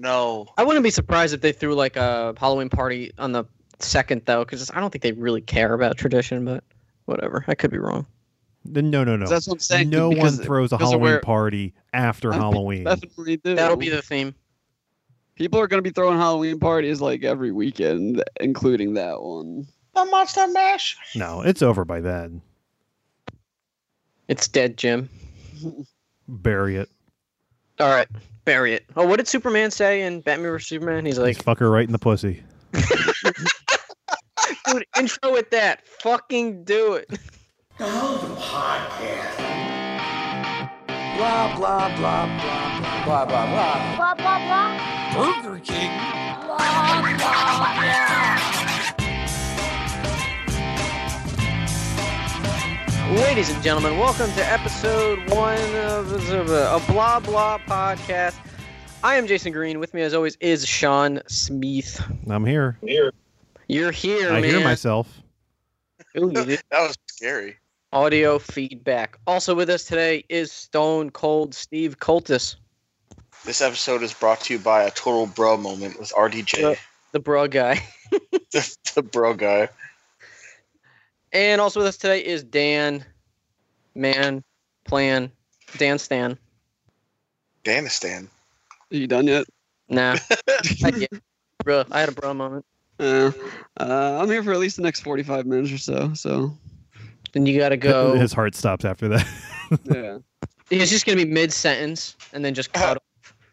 know. I wouldn't be surprised if they threw like a Halloween party on the second though, because I don't think they really care about tradition. But whatever, I could be wrong. No, no, no. That's what I'm saying. no because one throws a because of Halloween where- party after I think Halloween. definitely do. That'll be the theme. People are going to be throwing Halloween parties like every weekend, including that one. The Monster Mash. No, it's over by then. It's dead, Jim. Bury it. All right, bury it. Oh, what did Superman say in Batman vs Superman? He's Like, like, fuck her right in the pussy. dude, intro with that. Fucking do it. The Logan Podcast. Blah, blah, blah, blah, blah, blah, blah. Blah, blah, blah. Burger King. Ladies and gentlemen, welcome to episode one of a blah blah podcast. I am Jason Green. With me, as always, is Sean Smith. I'm here. You're here, I man. hear myself. Ooh, you did That was scary. audio feedback. Also with us today is Stone Cold Steve Coltis, This episode is brought to you by a total bro moment with Yeah. RDJ, the bra guy. the, the bro guy. And also with us today is Dan, man, plan, Dan Stan. Danistan. Are you done yet? Nah, I get it. Bruh, I had a bra moment. Uh, uh, I'm here for at least the next 45 minutes or so. So, Then you gotta go. His heart stops after that. yeah. It's just gonna be mid sentence and then just cut.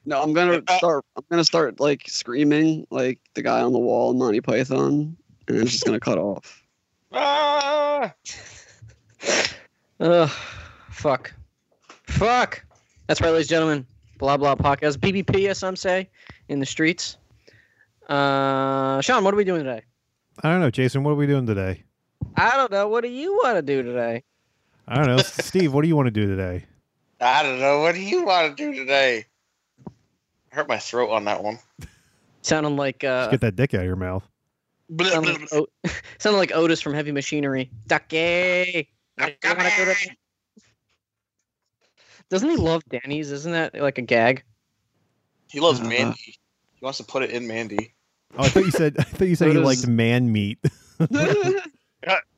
No, I'm gonna uh, start. I'm gonna start like screaming like the guy on the wall in Monty Python, and it's just gonna cut off. Ah! Ugh, fuck. Fuck. That's right, ladies and gentlemen. Blah blah podcast. BBP, as some say, in the streets. Uh, Sean, what are we doing today? I don't know, Jason. What are we doing today? I don't know. What do you want to do today? I don't know, Steve. What do you want to do today? I don't know. What do you want to do today? I hurt my throat on that one. Sounding like Just uh, get that dick out of your mouth. sounding like, o- sounding like Otis from Heavy Machinery. Ducky. What do you wanna do today? Doesn't he love Danny's? Isn't that like a gag? He loves Uh, Mandy. He wants to put it in Mandy. Oh, I thought you said. I thought you said What you is- liked man meat. so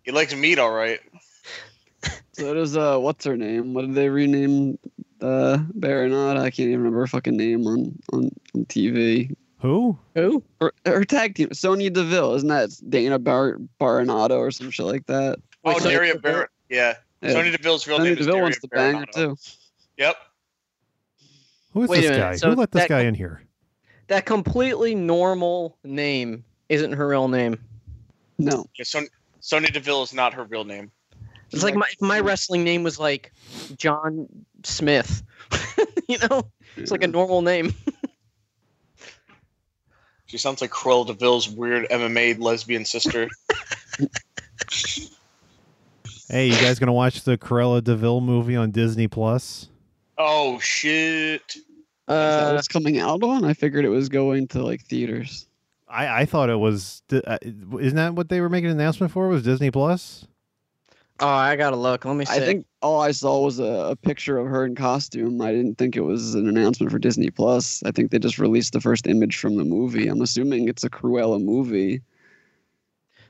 He likes meat, all right. does uh, what's her name? What did they rename uh Baronot? I can't even remember her fucking name on on, on TV. Who? Who? Her, her tag team, Sonya Deville, isn't that Dana Bar- Baronato or some shit like that? Oh, Sonya Daria Deville? Barrett. Yeah. Yeah. Sonya Deville's real Sonya name is Deville Daria wants to bang her Baronato. too. Yep. Who is Wait a this minute, guy? so Who let this that- guy in here? That completely normal name isn't her real name. No, Yeah, Son- Sonya Deville is not her real name. It's like my if my wrestling name was like John Smith. you know, it's like a normal name. She sounds like Cruella Deville's weird MMA lesbian sister. Hey, you guys gonna watch the Corella Deville movie on Disney Plus? oh, shit. Is that Uh, what's coming out on. I figured it was going to like theaters. I, I thought it was. di- uh, Isn't that what they were making an announcement for? Was Disney Plus? oh, I gotta look. Let me see. I think all I saw was a, a picture of her in costume. I didn't think it was an announcement for Disney Plus. I think they just released the first image from the movie. I'm assuming it's a Cruella movie.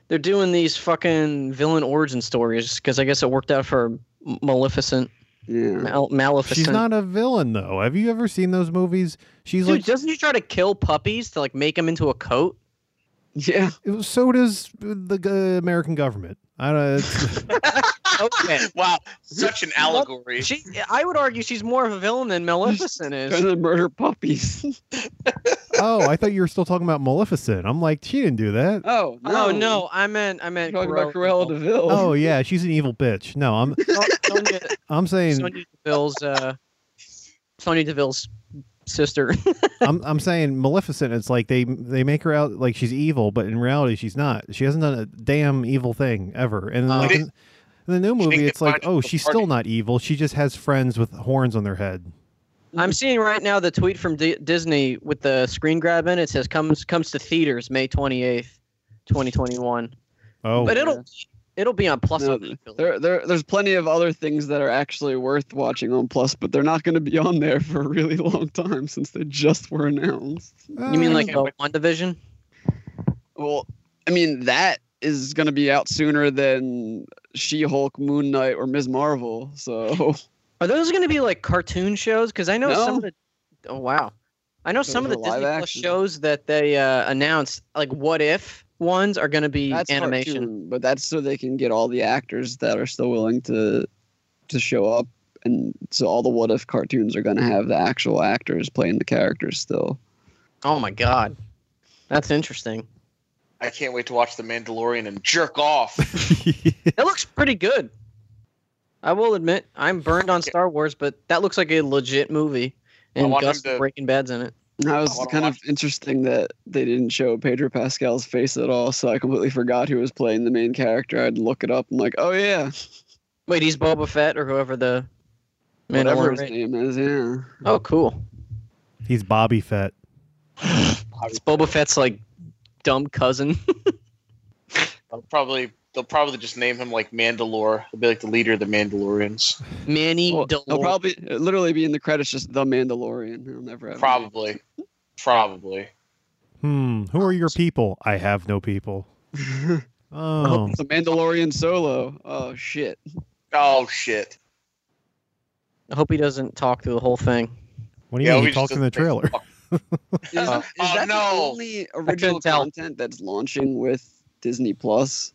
they're doing these fucking villain origin stories because I guess it worked out for M- Maleficent. Yeah. Mal- Maleficent. She's not a villain though. Have you ever seen those movies? She's Dude, like. doesn't she try to kill puppies to like make them into a coat? Yeah. It was- So does the uh, American government. I don't. It's, Okay. Wow, such an allegory. she, I would argue she's more of a villain than Maleficent Trying is. to murder puppies. oh, I thought you were still talking about Maleficent. I'm like, she didn't do that. oh, no. Oh no, I meant I meant You're talking about Cruella DeVille. Oh yeah, she's an evil bitch. No, I'm Sonya, I'm saying Sonya Deville's uh, Sonya Deville's sister. I'm I'm saying Maleficent. It's like they they make her out like she's evil, but in reality she's not. She hasn't done a damn evil thing ever. And Uh, like They- in, in the new she movie, didn't it's like get oh invited to the she's party. still not evil. She just has friends with horns on their head. I'm seeing right now the tweet from D- Disney with the screen grab in. It says comes comes to theaters May 28th, 2021. Oh, but it'll It'll be on Plus. No, on that film. There, there, there's plenty of other things that are actually worth watching on Plus, but they're not going to be on there for a really long time since they just were announced. you mean like Uh, uh, WandaVision? Well, I mean that is going to be out sooner than She-Hulk, Moon Knight, or Ms. Marvel. So Are those going to be like cartoon shows? Because I know some of the. Oh wow, I know Those some of the are live Disney Plus action. shows that they uh, announced, like What If ones, are going to be that's animation. cartoon, but that's so they can get all the actors that are still willing to to show up, and so all the What If cartoons are going to have the actual actors playing the characters still. Oh my god, that's interesting. I can't wait to watch The Mandalorian and jerk off. uh, It looks pretty good. I will admit, I'm burned on Okay. Star Wars, but that looks like a legit movie, I and want them Gus to- from Breaking Bad's in it. That was wanna kind of watch- interesting that they didn't show Pedro Pascal's face at all, so I completely forgot who was playing the main character. I'd look it up and like, oh yeah, Wait, he's Boba Fett or whoever the whatever Mandalorian. his name is, yeah. Oh, cool. He's Bobby Fett. It's Boba Fett's like dumb cousin. They'll probably they'll probably just name him like Mandalore. He'll be like the leader of the Mandalorians. Manny Well, Delore. He'll probably it'll literally be in the credits just the Mandalorian. He'll never have a name. Probably, probably. Hmm. Who are your people? I have no people. Oh, Oh. it's a Mandalorian solo. Oh shit. Oh shit! I hope he doesn't talk through the whole thing. What do you Yeah, mean? we He just talks in the did the trailer. Is, is oh, that the no. only original tell. content that's launching with Disney Plus?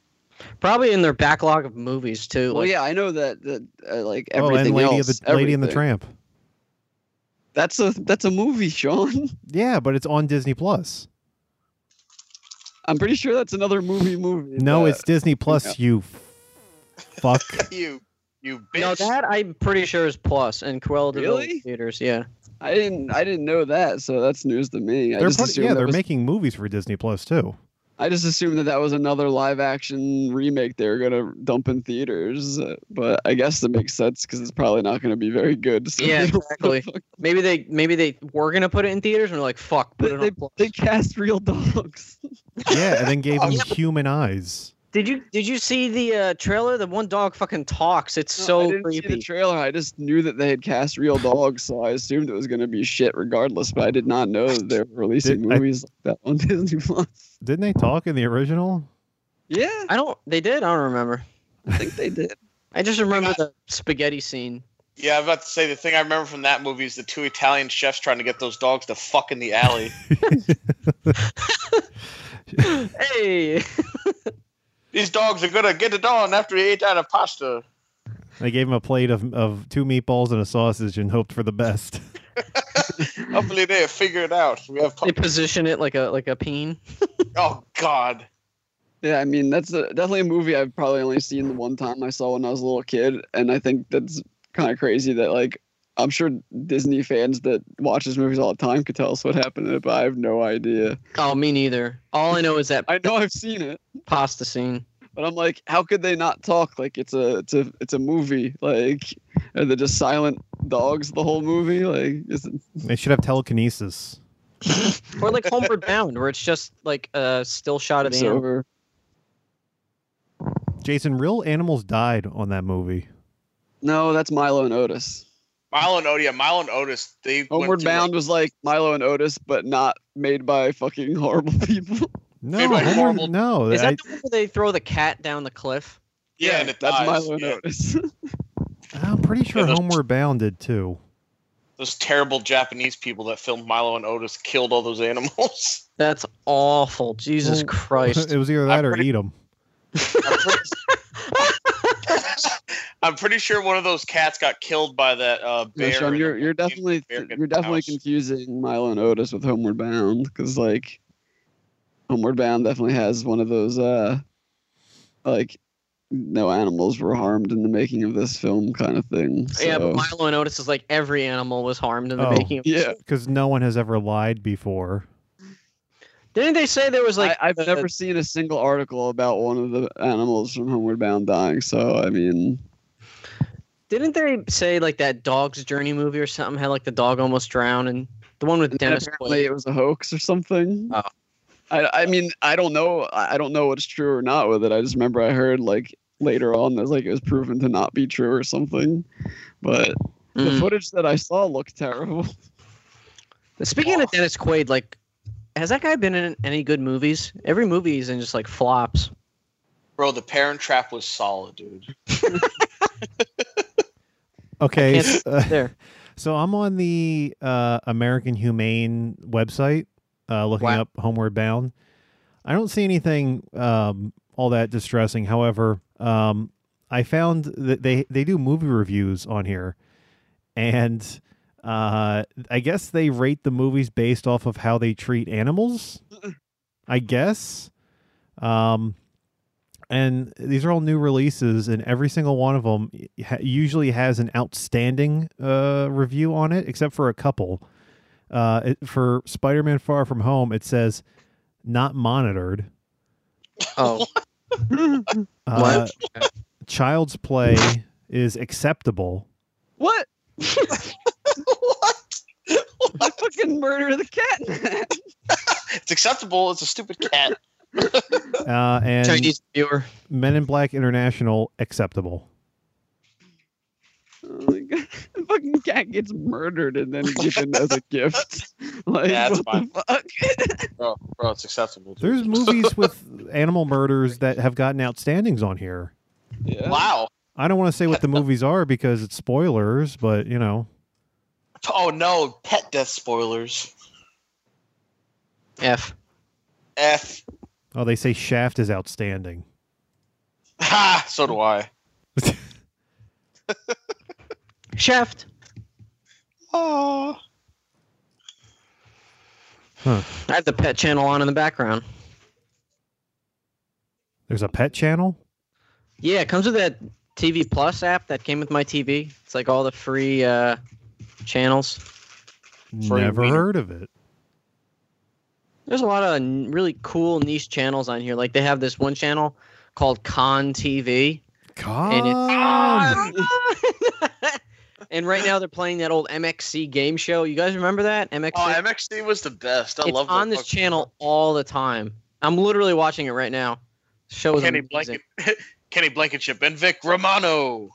Probably in their backlog of movies too. Well, like- Oh, yeah, I know that. that uh, like Oh, and everything Lady else, of the Lady and the everything. Tramp. That's a that's a movie, Sean. Yeah, but it's on Disney Plus. I'm pretty sure that's another movie. Movie. No, uh, but- it's Disney Plus. You fuck. You you bitch! No, that I'm pretty sure is Plus and Cruella de Vil in Really? theaters. Yeah. I didn't I didn't know that, so that's news to me. I They're just put- assumed yeah, that they're was, making movies for Disney Plus too. I just assumed that that was another live action remake they were gonna dump in theaters, uh, but I guess that makes sense because it's probably not gonna be very good. So Yeah, they don't- exactly. Maybe they maybe they were gonna put it in theaters and they're like, fuck, put They, it they, on Plus. they cast real dogs. Yeah, and then gave Oh, them human eyes. Did you did you see the uh, trailer? The one dog fucking talks. It's I so didn't see the creepy. trailer. I just knew that they had cast real dogs, so I assumed it was gonna be shit regardless. But I did not know that they were releasing Did- I- movies like that on Disney Plus. Didn't they talk in the original? Yeah, I don't. They did. I don't remember. I think they did. I just remember the spaghetti scene. Yeah, I'm about to say the thing I remember from that movie is the two Italian chefs trying to get those dogs to fuck in the alley. Hey, These dogs are gonna get it on after they ate out of pasta. They gave him a plate of, of two meatballs and a sausage and hoped for the best. Hopefully they figure it out. We have they position it like a like a peen. oh god. Yeah, I mean that's a, definitely a movie I've probably only seen the one time I saw when I was a little kid, and I think that's kind of crazy that like I'm sure Disney fans that watch these movies all the time could tell us what happened in it, but I have no idea. Oh, me neither. All I know is that I know I've seen it, pasta scene. but I'm like, how could they not talk? Like it's a it's a it's a movie. Like are they just silent dogs the whole movie? Like is it, They should have telekinesis. Or like Homeward Bound, where it's just like a still shot of the it's animal. over. Jason, real animals died on that movie. No, that's Milo and Otis. Milo and Odia, Milo and Otis, they went Homeward to, Bound was like Milo and Otis, but not made by fucking horrible people. No, Made by Homer- horrible- no. Is that I- the one where they throw the cat down the cliff? like- yeah, and it that's dies. Milo and Yeah. Otis. I'm pretty sure Yeah, those- Homeward Bound did too. Those terrible Japanese people that filmed Milo and Otis killed all those animals. That's awful. Jesus Well, Christ. it was either that I'm or pretty- eat them. I'm pretty, I'm pretty sure one of those cats got killed by that uh, No, bear. Sean, in you're the you're definitely American you're definitely house. confusing Milo and Otis with Homeward Bound because like Homeward Bound definitely has one of those uh like no animals were harmed in the making of this film kind of thing. Yeah, so- but Milo and Otis is like every animal was harmed in the Oh. making. Of- yeah. Because no one has ever lied before. Didn't they say there was like I, I've the- never seen a single article about one of the animals from Homeward Bound dying. So I mean, Didn't they say like that dog's journey movie or something had like the dog almost drowned and the one with and Dennis apparently Quaid? it was a hoax or something. Oh. I, I mean, I don't know. I I don't know what's true or not with it. I just remember I heard like later on that like it was proven to not be true or something. But the Mm. footage that I saw looked terrible. Speaking of Dennis Quaid, like, has that guy been in any good movies? Every movie he's in just like flops. Bro, the Parent Trap was solid, dude. Okay. Can't- uh, There. So I'm on the uh, American Humane website uh, looking Wow. up Homeward Bound. I don't see anything um, all that distressing. However, um, I found that they they do movie reviews on here, and uh, I guess they rate the movies based off of how they treat animals. I guess. Um, and these are all new releases and every single one of them ha- usually has an outstanding uh, review on it except for a couple uh, it, for spider-man far from home it says not monitored Oh, Uh, what? child's play is acceptable What? what? I fucking murder the cat. It's acceptable. It's a stupid cat. uh, and Chinese viewer. men in black international acceptable oh my god. The fucking cat gets murdered and then given as a gift. Like Yeah, that's what the fuck? Bro, bro, it's acceptable. Dude. there's movies with animal murders that have gotten outstandings on here Yeah. Wow. i don't want to say what the movies are because it's spoilers but you know Oh no, pet death spoilers. F. F. oh they say shaft is outstanding Ha. So do I. Shaft. Oh. I have the pet channel on in the background. There's a pet channel. Yeah, it comes with that TV Plus app that came with my TV. It's like all the free uh, channels. Free Never wiener. heard of it. There's a lot of n- really cool niche channels on here. Like they have this one channel called Con TV. And Ah! Con. and right now they're playing that old MXC game show. You guys remember that? MXC? Oh, MXD was the best. I it's love on that this fucking- channel all the time. I'm literally watching it right now. The show is Kenny amazing. Blanket, Kenny Blankenship, and Vic Romano.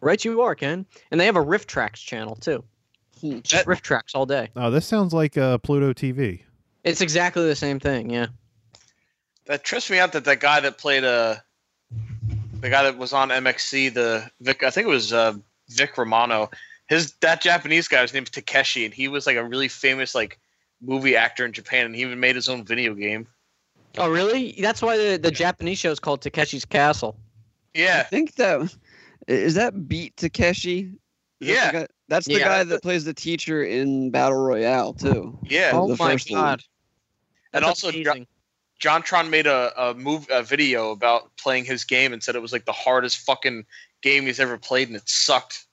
Right you are, Ken. And they have a Rift Tracks channel too. Hmm. Just Rift Tracks all day. Oh, this sounds like uh, Pluto TV. It's exactly the same thing, yeah. That trips me out that that guy that played uh the guy that was on MXC, the Vic, I think it was uh, Vic Romano. His that Japanese guy, his name's Takeshi, and he was like a really famous like movie actor in Japan, and he even made his own video game. Oh really? That's why the, the Japanese show is called Takeshi's Castle. I Yeah, think that is that beat Takeshi. Is that the Yeah. guy- that's the Yeah. guy that plays the teacher in Battle Royale too. yeah. Oh, the first one. And also dra- amazing. John Tron made a a move a video about playing his game and said it was like the hardest fucking game he's ever played, and it sucked.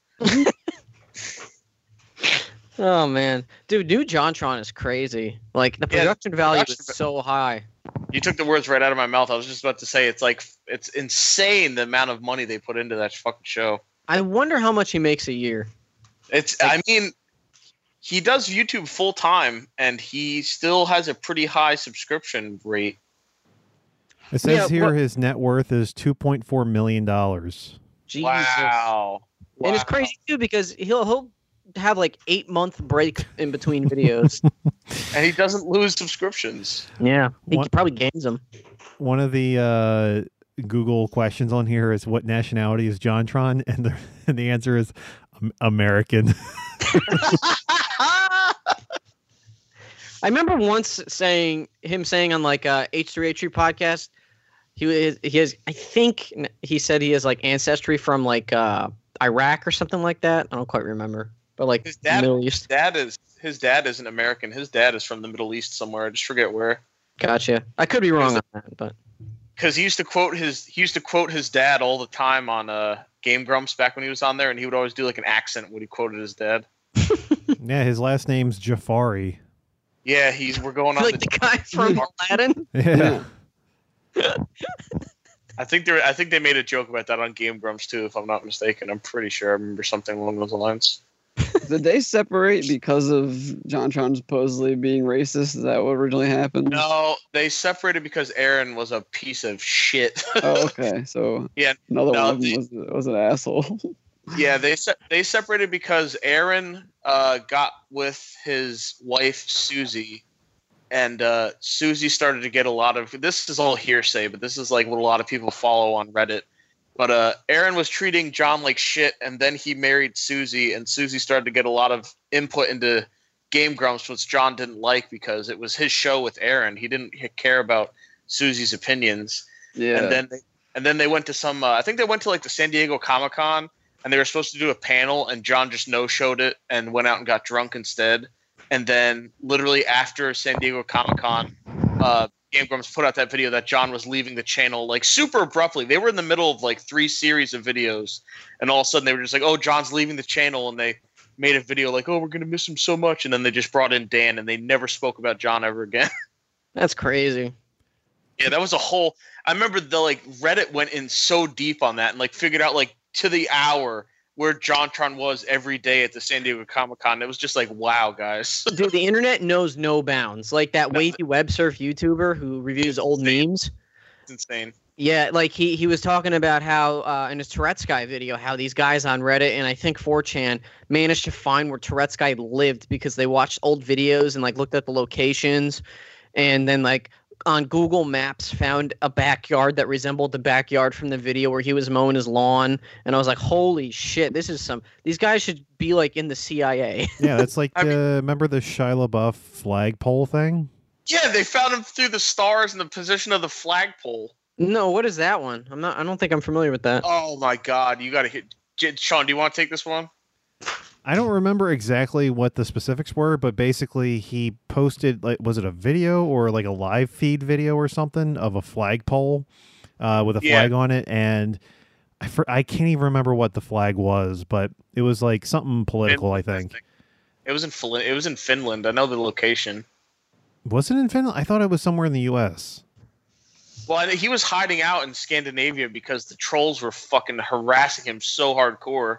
Oh man. Dude, new Jontron is crazy. Like the Yeah, production value production is so high. You took the words right out of my mouth. I was just about to say it's like it's insane the amount of money they put into that fucking show. I wonder how much he makes a year. It's I mean he does YouTube full time and he still has a pretty high subscription rate. It says Yeah, here what- his net worth is two point four million dollars. Jesus. Wow. And it's crazy too because he'll he'll have like eight month break in between videos. And he doesn't lose subscriptions. yeah. He What- probably gains them. One of the uh, Google questions on here is what nationality is JonTron, and the and the answer is um, American. I remember once saying him saying on like uh H3H3 podcast, he was he has I think n- he said he has like ancestry from like uh Iraq or something like that. I don't quite remember, but like His dad- Middle East. Dad is his dad isn't American. His dad is from the Middle East somewhere. I just forget where. Gotcha. I could be wrong on that, but Because he used to quote his he used to quote his dad all the time on uh Game Grumps back when he was on there, and he would always do like an accent when he quoted his dad. yeah, his last name's Jafari. Yeah, he's we're going on. like the, the guy from Aladdin. Yeah. I think they I think they made a joke about that on Game Grumps too, if I'm not mistaken. I'm pretty sure I remember something along those lines. Did they separate because of John Tron supposedly being racist? Is that what originally happened? No, they separated because Aaron was a piece of shit. Oh, okay. So Yeah, another no, one of the- them was, was an asshole. yeah, they se- they separated because Aaron uh, got with his wife Susie, and uh, Susie started to get a lot of this is all hearsay, but this is like what a lot of people follow on Reddit. But uh, Aaron was treating John like shit, and then he married Susie, and Susie started to get a lot of input into Game Grumps, which John didn't like because it was his show with Aaron. He didn't care about Susie's opinions Yeah. and then they, and then they went to some. Uh, I think they went to like the San Diego Comic Con, and they were supposed to do a panel, and John just no showed it and went out and got drunk instead. And then literally after San Diego Comic Con, uh, Game Grumps put out that video that John was leaving the channel like super abruptly. They were in the middle of like three series of videos, and all of a sudden they were just like, "Oh, John's leaving the channel," and they made a video like, "Oh, we're gonna miss him so much," and then they just brought in Dan, and they never spoke about John ever again. That's crazy. Yeah, that was a whole. I remember the like Reddit went in so deep on that and like figured out like to the hour where JonTron was every day at the San Diego Comic Con. It was just like, wow, guys. Dude, the internet knows no bounds. Like that wavy web surf YouTuber who reviews old memes. It's insane. Yeah, like he he was talking about how uh, in his Tourette's guy video, how these guys on Reddit and I think 4chan managed to find where Tourette's guy lived because they watched old videos and like looked up the locations, and then like on Google Maps found a backyard that resembled the backyard from the video where he was mowing his lawn, and I was like, holy shit, this is some. These guys should be like in the CIA. Yeah, that's like I mean- the remember the Shia LaBeouf flagpole thing. Yeah, they found him through the stars and the position of the flagpole. no, what is that one? I'm not. I don't think I'm familiar with that. Oh my God, you got to hit. J- Sean, do you want to take this one? I don't remember exactly what the specifics were, but basically he posted like was it a video or like a live feed video or something of a flagpole uh, with a Yeah. flag on it, and I for, I can't even remember what the flag was, but it was like something political. I think It was in Fli- it was in Finland. I know the location. was it in Finland? I thought it was somewhere in the U.S. Well, I think he was hiding out in Scandinavia because the trolls were fucking harassing him so hardcore.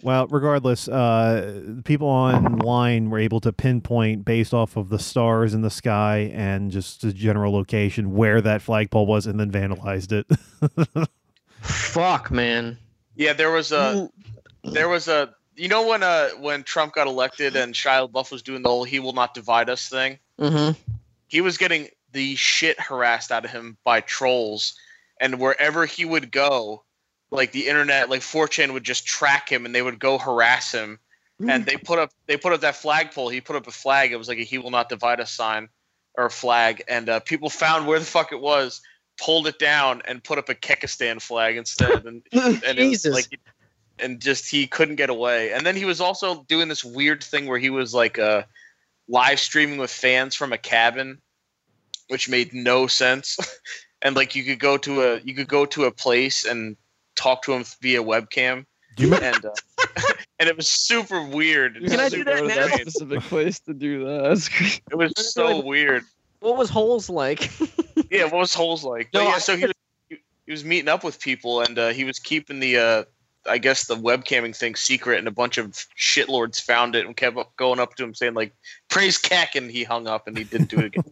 Well, regardless, uh, people online were able to pinpoint based off of the stars in the sky and just the general location where that flagpole was, and then vandalized it. Fuck, man. Yeah, there was a Mm, there was a you know when uh when Trump got elected and Shia LaBeouf was doing the whole "he will not divide us" thing. Mm-hmm. He was getting the shit harassed out of him by trolls, and wherever he would go, like the internet, like 4chan would just track him, and they would go harass him. And they put up they put up that flagpole. He put up a flag. It was like a "he will not divide us" sign or flag, and uh, people found where the fuck it was, pulled it down, and put up a Kekistan flag instead. And and it was, Jesus. like and just he couldn't get away and then he was also doing this weird thing where he was like uh live streaming with fans from a cabin which made no sense and like you could go to a you could go to a place and talk to him via webcam Do you remember? and uh, and it was super weird and You Can I have do to super that go to now? that specific place to do that. That's crazy. it was so weird What was holes like? yeah what was holes like No, but yeah I- so he was, he, he was meeting up with people and uh, he was keeping the uh, i guess the webcamming thing secret and a bunch of shitlords found it and kept up going up to him saying like praise keck and he hung up and he didn't do it again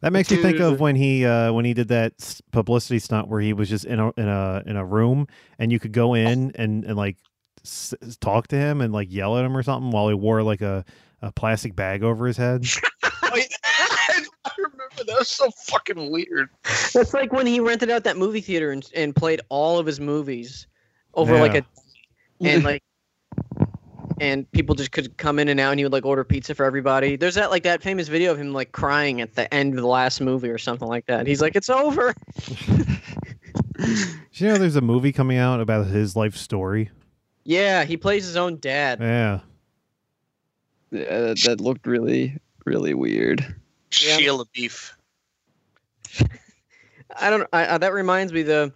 That makes me think of Dude. when he uh, when he did that s- publicity stunt where he was just in a in a in a room and you could go in and and like s- talk to him and like yell at him or something while he wore like a, a plastic bag over his head. Oh, i remember that was so fucking weird That's like when he rented out that movie theater and, and played all of his movies over like a and like and people just could come in and out and he would like order pizza for everybody. There's that like that famous video of him like crying at the end of the last movie or something like that. He's like, It's over. Did you know there's a movie coming out about his life story? Yeah, he plays his own dad. Yeah. Yeah, that, that looked really, really weird. Yeah. sheila beef I don't I, I that reminds me the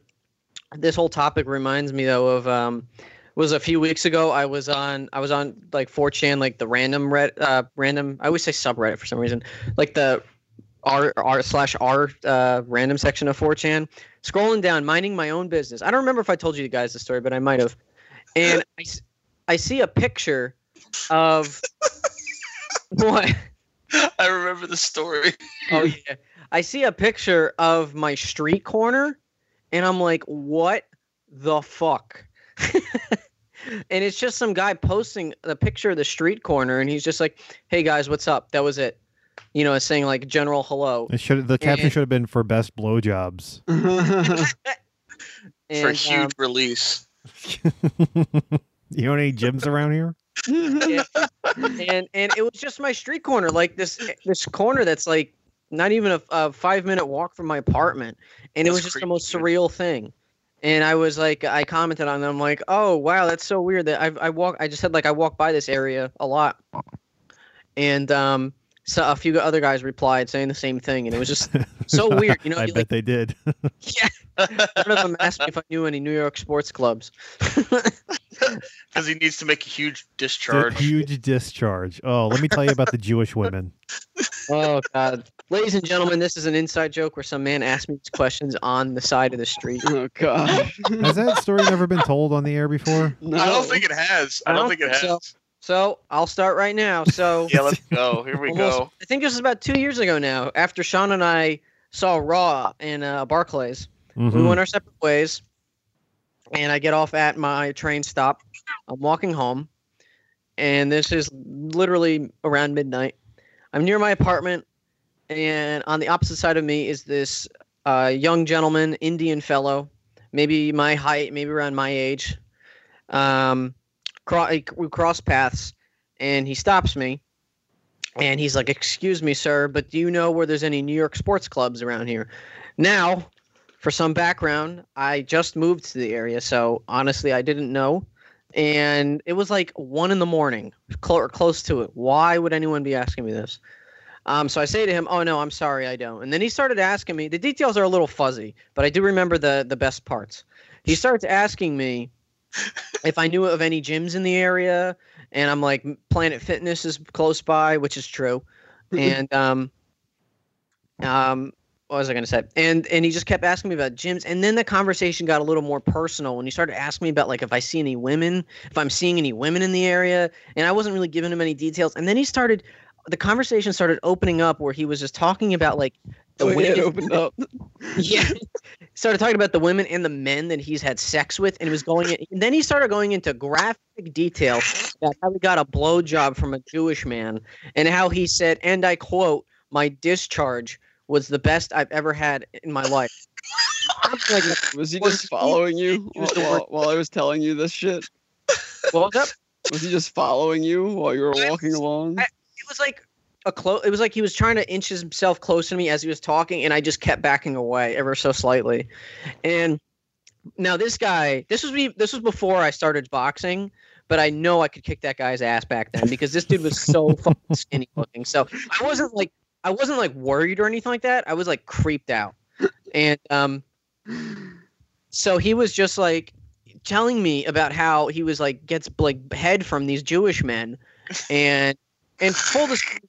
this whole topic reminds me though of um was a few weeks ago I was on I was on like 4chan like the random red uh random I always say subreddit for some reason like the r r slash r uh, random section of 4chan scrolling down minding my own business I don't remember if I told you guys the story but I might have and I, s- I see a picture of what? I remember the story. Oh yeah. I see a picture of my street corner and I'm like, what the fuck? and it's just some guy posting the picture of the street corner and he's just like, Hey guys, what's up? That was it. You know, saying like general hello. It should the caption And- should have been for best blowjobs. Oh, for And, um, huge release. you know any gyms around here? um, and and it was just my street corner, like this this corner that's like not even a, a five minute walk from my apartment. And it That's was just the creepy, most dude. surreal thing. And I was like, I commented on them, like, oh wow, that's so weird that I I walk. I just said like I walk by this area a lot. And um, so a few other guys replied saying the same thing, and it was just so weird. You know, I you, bet like they did. one of them asked me if I knew any New York sports clubs. Because he needs to make a huge The discharge. huge discharge. Oh, let me tell you about the Jewish women. Oh God, ladies and gentlemen, this is an inside joke where some man asked me these questions on the side of the street. oh gosh. Has that story never been told on the air before? No. I don't think it has. I I don't, don't think it think has. so. So I'll start right now. So Yeah, let's go. Here we Almost- go. I think this was about two years ago now. After Sean and I saw Raw in uh, Barclays, we Mhm. went our separate ways, and I get off at my train stop. I'm walking home, and this is literally around midnight. I'm near my apartment, and on the opposite side of me is this uh, young gentleman, Indian fellow, maybe my height, maybe around my age. Um, cro- like, we cross paths, and he stops me, and he's like, "Excuse me, sir, but do you know where there's any New York sports clubs around here?" Now, for some background, I just moved to the area, so honestly, I didn't know. And it was like one in the morning, cl- or close to it. Why would anyone be asking me this? Um, so I say to him, "Oh no, I'm sorry, I don't." And then he started asking me. The details are a little fuzzy, but I do remember the the best parts. He starts asking me if I knew of any gyms in the area, and I'm like, Planet Fitness is close by, which is true. And um, um, what was I gonna say? And and he just kept asking me about gyms, and then the conversation got a little more personal when he started asking me about like if I see any women, if I'm seeing any women in the area, and I wasn't really giving him any details. And then he started, the conversation started opening up where he was just talking about like the The way it women opened up. yeah started talking about the women and the men that he's had sex with and he was going and then he started going into graphic detail about how he got a blowjob from a jewish man and how he said and i quote my discharge was the best i've ever had in my life I'm like, Was he Was just he- following you while, used the while, while I was telling you this shit? what was up? Was he just following you while you were walking along? I- it was like a close it was like he was trying to inch himself close to me as he was talking and i just kept backing away ever so slightly and now this guy this was me this was before i started boxing but i know i could kick that guy's ass back then because this dude was so fucking skinny looking so i wasn't like i wasn't like worried or anything like that i was like creeped out and um so he was just like telling me about how he was like gets like head from these jewish men and and full disclosure,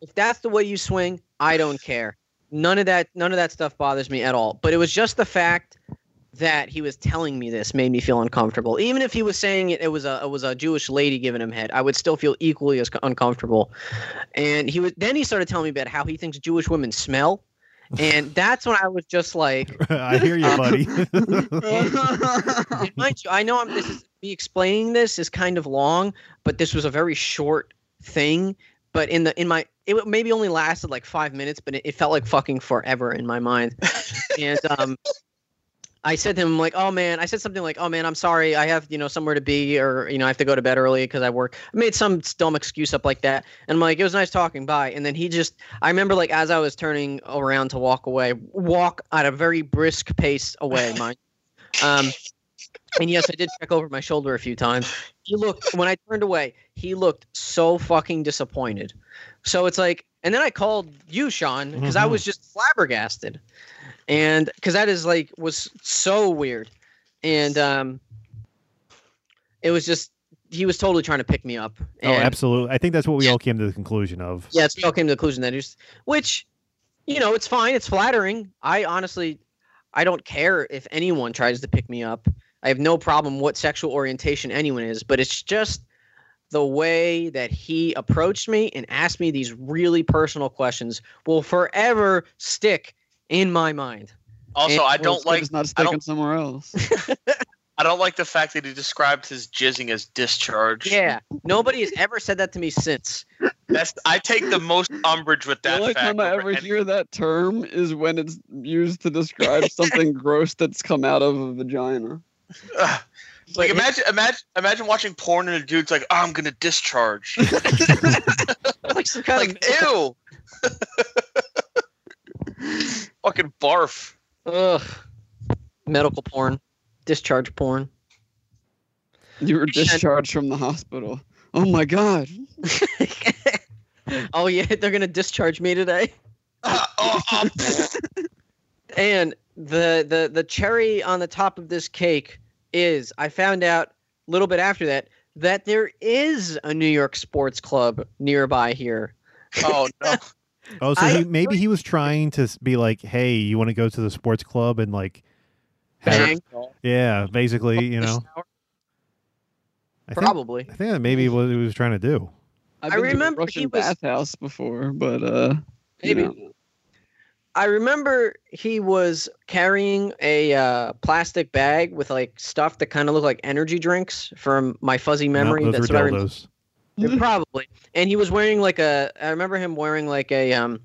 if that's the way you swing, I don't care. None of that, none of that stuff bothers me at all. But it was just the fact that he was telling me this made me feel uncomfortable. Even if he was saying it, it was a it was a Jewish lady giving him head, I would still feel equally as uncomfortable. And he was then he started telling me about how he thinks Jewish women smell, and that's when I was just like, Mm-hmm. I hear you, buddy. and mind you, I know I'm this is me explaining this is kind of long, but this was a very short thing. But in the in my it maybe only lasted like five minutes, but it, it felt like fucking forever in my mind. and um, I said to him like, "Oh man," I said something like, "Oh man, I'm sorry, I have you know somewhere to be, or you know I have to go to bed early because I work." I made some dumb excuse up like that, and I'm like, "It was nice talking, bye." And then he just I remember like as I was turning around to walk away, walk at a very brisk pace away, mind. Um, and yes, I did check over my shoulder a few times. He looked when I turned away. He looked so fucking disappointed. So it's like, and then I called you, Sean, because I Mhm. was just flabbergasted, and because that is like was so weird, and um, it was just he was totally trying to pick me up. Oh, and- absolutely. I think that's what we all came to the conclusion of. yeah, it's, we all came to the conclusion that it's, which, you know, it's fine. It's flattering. I honestly, I don't care if anyone tries to pick me up. I have no problem what sexual orientation anyone is, but it's just the way that he approached me and asked me these really personal questions will forever stick in my mind. Also, I Well, don't it's good like it's not I sticking don't somewhere else. I don't like the fact that he described his jizzing as discharge. Yeah. Nobody has ever said that to me since. That's I take the most umbrage with that the only fact. time I over ever any- hear that term is when it's used to describe something gross that's come out of a vagina. Ugh. like But his- imagine imagine imagine watching porn and a dude's like, oh, I'm gonna discharge. like some kind like, ew. Fucking barf. of ugh, medical porn, discharge porn. You were You should- discharged from the hospital. Oh my god. oh yeah, they're gonna discharge me today. Ah, oh, oh, pfft. And the the the cherry on the top of this cake is I found out a little bit after that that there is a New York sports club nearby here. oh no. Oh, so I- he, maybe he was trying to s- be like, "Hey, you want to go to the sports club and like, have- Bang, yeah, basically, you know." I think, probably. I think that maybe what he was trying to do. I've I been to a remember Russian he was- bathhouse before, but uh you Maybe. know. I remember he was carrying a uh, plastic bag with like stuff that kind of looked like energy drinks from my fuzzy No, memory. those That's were what I remember. dildos. Mm-hmm. Yeah, probably. And he was wearing like a. I remember him wearing like a um,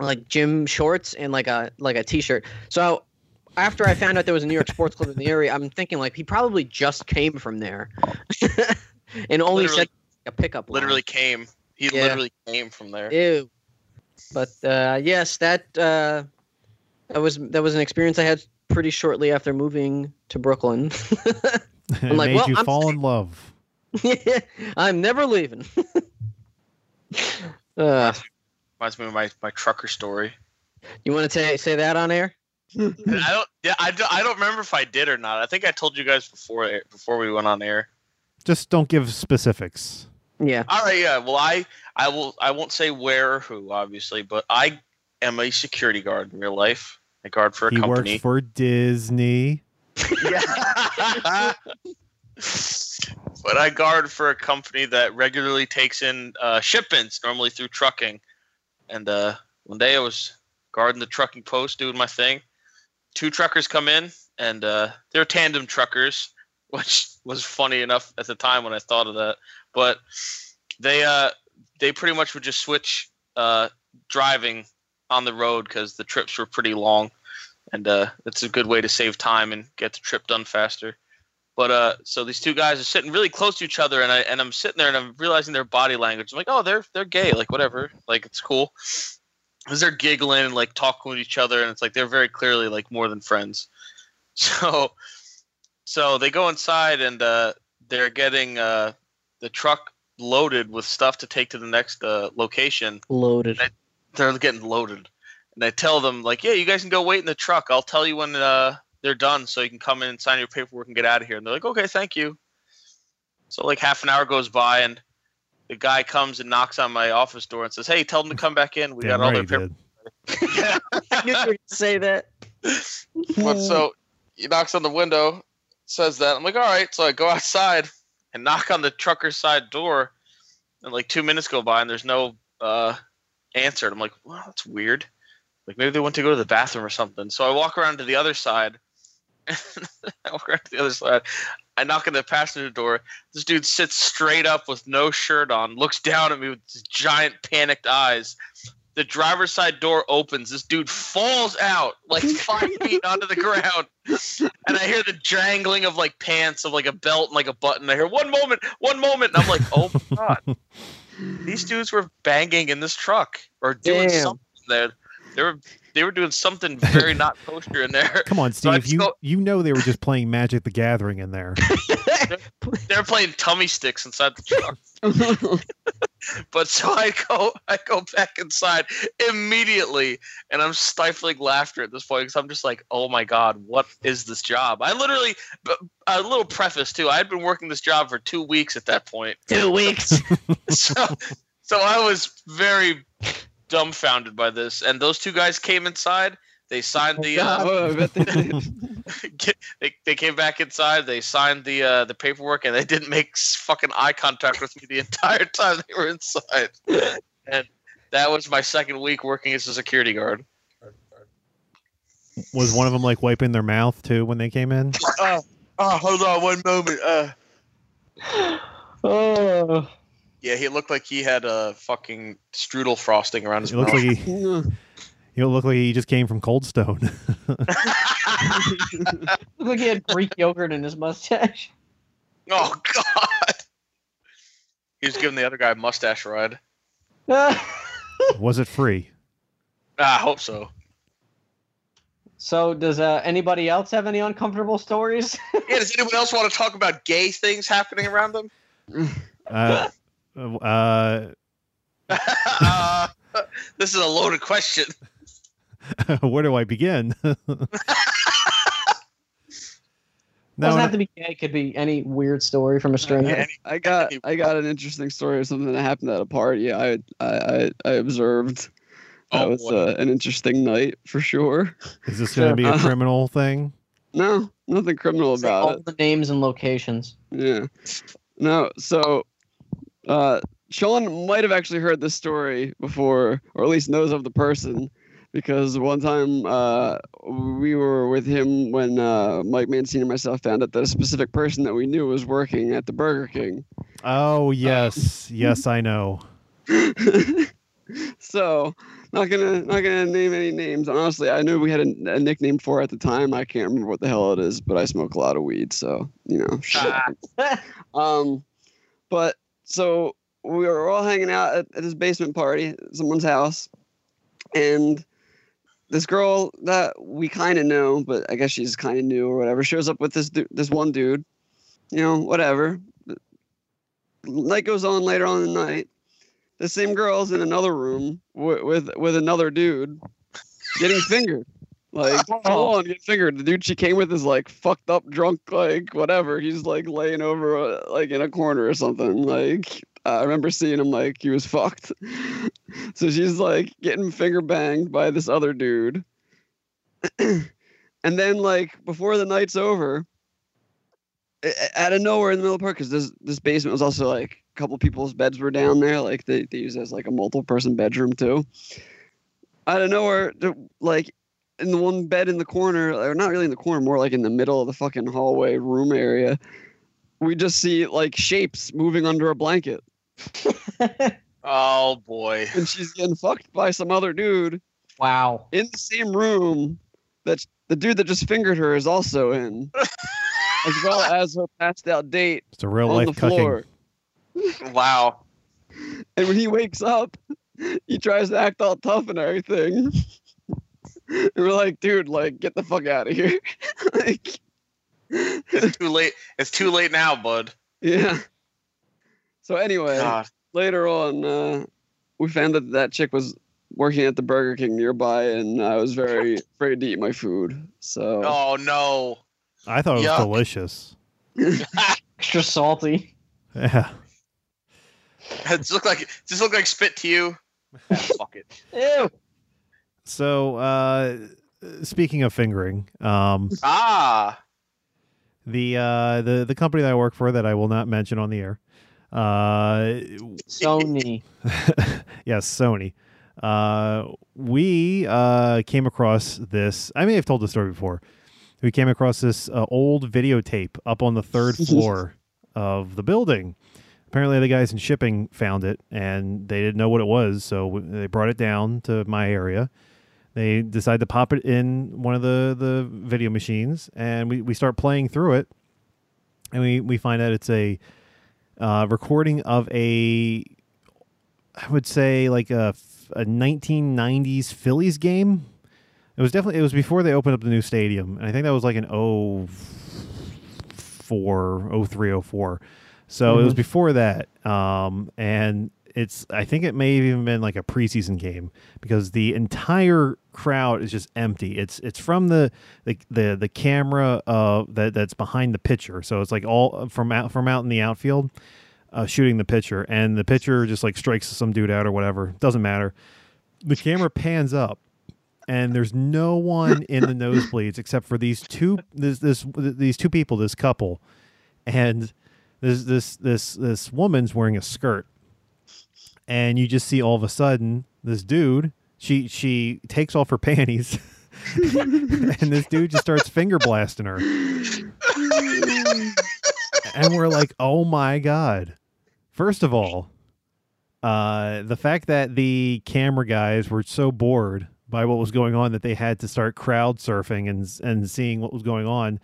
like gym shorts and like a like a t-shirt. So after I found out there was a New York sports club in the area, I'm thinking like he probably just came from there, and only Literally. said a pickup. line. Literally came. He Yeah. literally came from there. Ew. But uh, yes, that uh, that was that was an experience I had pretty shortly after moving to Brooklyn. it I'm like, made well, you I'm fall in love. I'm never leaving. uh, Reminds me of my, my trucker story. you want to ta- say that on air? And I don't. Yeah, I don't, I don't remember if I did or not. I think I told you guys before before we went on air. Just don't give specifics. Yeah. All right. Yeah. Well, I I will. I won't say where or who, obviously, but I am a security guard in real life. I guard for a he company. works for Disney. Yeah. but I guard for a company that regularly takes in uh, shipments, normally through trucking. And uh, one day I was guarding the trucking post, doing my thing. Two truckers come in, and uh, they're tandem truckers, which was funny enough at the time when I thought of that. But they uh, they pretty much would just switch uh, driving on the road because the trips were pretty long and uh, it's a good way to save time and get the trip done faster. But uh, so these two guys are sitting really close to each other, and I and I'm sitting there and I'm realizing their body language. I'm like, oh, they're they're gay, like whatever, like it's cool. Because they're giggling and like talking with each other, and it's like they're very clearly like more than friends. So, so they go inside and uh, they're getting uh, the truck loaded with stuff to take to the next uh, location, Loaded. they're getting loaded. And I tell them like, yeah, you guys can go wait in the truck. I'll tell you when uh, they're done, so you can come in and sign your paperwork and get out of here. And they're like, okay, thank you. So like half an hour goes by, and the guy comes and knocks on my office door and says, hey, tell them to come back in. We got Damn all right he their did. paperwork. I knew you were gonna say that. But Hmm. so he knocks on the window, says that. I'm like, all right. So I go outside and knock on the trucker's side door, and like two minutes go by and there's no uh, answer. And I'm like, well, that's weird. Like maybe they went to go to the bathroom or something. So I walk around to the other side. I walk around to the other side. I knock on the passenger door. This dude sits straight up with no shirt on, looks down at me with his giant panicked eyes. The driver's side door opens. This dude falls out like five feet onto the ground. And I hear the jangling of like pants, of like a belt and like a button. I hear one moment, one moment. And I'm like, oh my God. These dudes were banging in this truck or doing Damn. something there. They were, they were doing something very not kosher in there. Come on, So I Steve. you go- you know they were just playing Magic the Gathering in there. They were playing tummy sticks inside the truck. Oh, But so I go, I go back inside immediately, and I'm stifling laughter at this point because I'm just like, "Oh my god, what is this job?" I literally, but a little preface too. I had been working this job for two weeks at that point, Two weeks. so, so I was very dumbfounded by this. And those two guys came inside. They signed the. Uh, oh, I bet they did. they, they came back inside. They signed the uh, the paperwork, and they didn't make s- fucking eye contact with me the entire time they were inside. And that was my second week working as a security guard. Was one of them like wiping their mouth too when they came in? Oh, hold on one moment. Uh, Oh. yeah, he looked like he had a uh, fucking strudel frosting around his It looks mouth. like he, it looked like he just came from Coldstone. Looked like he had Greek yogurt in his mustache. oh god. He was giving the other guy a mustache ride. was it free? Ah, I hope so. so, does uh, anybody else have any uncomfortable stories? Yeah, does anyone else want to talk about gay things happening around them? Uh, uh, uh, this is a loaded question. where do I begin? Doesn't no, have to be gay. It could be any weird story from a stranger. Yeah, I got I got an interesting story of something that happened at a party. I I I, I observed. That Oh, was boy. uh, an interesting night for sure. is this going to be a Uh, criminal thing? No, nothing criminal Say about all it. the names and locations. Yeah. No, so uh Sean might have actually heard this story before, or at least knows of the person, because one time uh we were with him when uh Mike Mancini and myself found out that a specific person that we knew was working at the Burger King. Uh, Oh yes, yes, I know. so not gonna not gonna name any names. Honestly, I knew we had a, a nickname for it at the time. I can't remember what the hell it is, but I smoke a lot of weed, so you know. shit happens. um, but so we were all hanging out at, at this basement party, at someone's house, and this girl that we kind of know, but I guess she's kind of new or whatever, shows up with this du- this one dude, you know, whatever. Night goes on later on in the night the same girl's in another room with with, with another dude getting fingered. Like, hold on, get fingered. The dude she came with is like fucked up, drunk, like whatever. He's like laying over, uh, like in a corner or something. Like, I remember seeing him like he was fucked. so she's like getting finger banged by this other dude. and then like before the night's over, a- a- out of nowhere in the middle of the park, because this this basement was also like a couple people's beds were down there, like they, they use it as like a multiple person bedroom too. Out of nowhere, the- like in the one bed in the corner, or not really in the corner, more like in the middle of the fucking hallway room area, we just see like shapes moving under a blanket, Oh boy. and she's getting fucked by some other dude wow. in the same room that the dude that just fingered her is also in, as well as her passed out date It's a real on life the cucking. floor. Wow. And when he wakes up, he tries to act all tough and everything. And we're like, dude, like, get the fuck out of here. like, It's too late. It's too late now, bud. yeah. So anyway, God. later on, uh, we found that that chick was working at the Burger King nearby, and I was very afraid to eat my food. So Oh no. I thought it was Yuck. delicious. Extra salty. Yeah. Does look like does this look like spit to you? Ah, fuck it. Ew. So, uh, speaking of fingering, um, Ah. the uh, the the company that I work for that I will not mention on the air, uh, Sony. yes, Sony. Uh, we uh, came across this. I may have told the story before. We came across this uh, old videotape up on the third floor of the building. Apparently, the guys in shipping found it and they didn't know what it was, so w- they brought it down to my area. They decide to pop it in one of the, the video machines, and we, we start playing through it. And we, we find out it's a uh, recording of a I would say like a, f- a 1990s Phillies game. It was definitely it was before they opened up the new stadium, and I think that was like an 04, 03, 04. So it was before that, um, and it's I think it may have even been like a preseason game because the entire crowd is just empty. It's it's from the the the, the camera uh, that that's behind the pitcher, so it's like all from out from out in the outfield uh, shooting the pitcher, and the pitcher just like strikes some dude out or whatever. Doesn't matter. The camera pans up, and there's no one in the nosebleeds except for these two this this these two people, this couple, and this this this this woman's wearing a skirt, and you just see all of a sudden this dude. She she takes off her panties, and this dude just starts finger blasting her, and we're like, oh my god. First of all, uh, the fact that the camera guys were so bored by what was going on that they had to start crowd surfing and and seeing what was going on.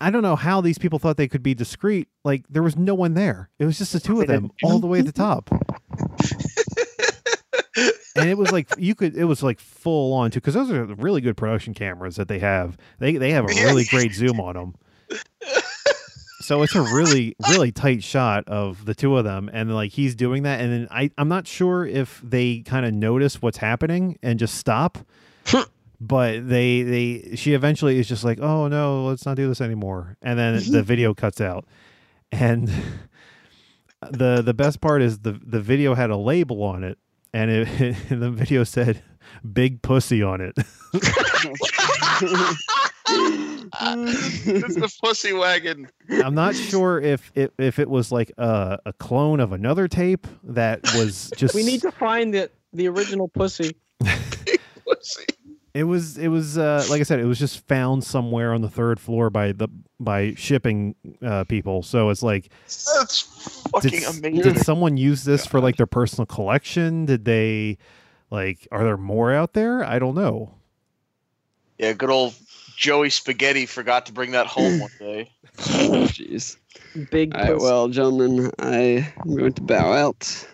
I don't know how these people thought they could be discreet. Like there was no one there. It was just the two of them all the way at the top. and it was like you could it was like full on too because those are really good production cameras that they have. They they have a really great zoom on them. So it's a really really tight shot of the two of them and like he's doing that and then I I'm not sure if they kind of notice what's happening and just stop. but they they she eventually is just like, "Oh no, let's not do this anymore." And then the video cuts out. And the the best part is the the video had a label on it and it and the video said big pussy on it. it's the pussy wagon. I'm not sure if it, if it was like a, a clone of another tape that was just. We need to find the the original pussy. Pussy. It was it was uh, like I said, it was just found somewhere on the third floor by the by shipping uh, people. So it's like, That's did, fucking s- amazing. did someone use this for like their personal collection? Did they like? Are there more out there? I don't know. Yeah, good old Joey Spaghetti forgot to bring that home one day. Jeez. Big All right, pussy. well, gentlemen, I am going to bow out.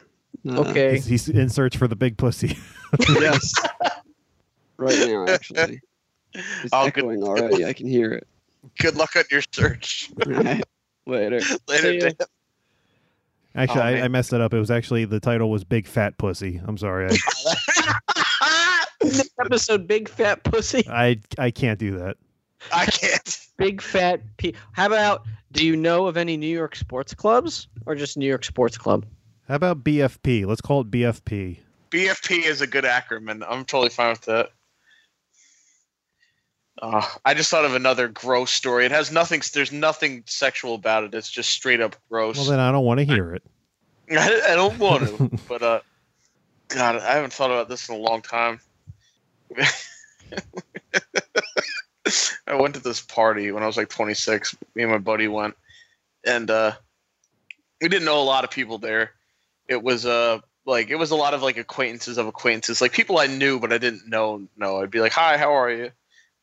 Uh, okay. He's, he's in search for the big pussy. Yes. right now, actually. It's Oh, good- echoing already. I can hear it. Good luck on your search. All right. Later. Later, See ya. Dan. Actually, Oh, I, man. I messed that up. It was actually the title was Big Fat Pussy. I'm sorry. Next episode, big fat pussy. I I, I can't do that. I can't. Big fat p. How about? Do you know of any New York sports clubs or just New York sports club? How about BFP? Let's call it BFP. BFP is a good acronym. I'm totally fine with that. Uh, I just thought of another gross story. It has nothing. There's nothing sexual about it. It's just straight up gross. Well, then I don't want to hear it. I, I don't want to, but uh, God, I haven't thought about this in a long time. I went to this party when I was like 26. Me and my buddy went, and uh, we didn't know a lot of people there. It was uh like it was a lot of like acquaintances of acquaintances, like people I knew but I didn't know. No, I'd be like, "Hi, how are you?"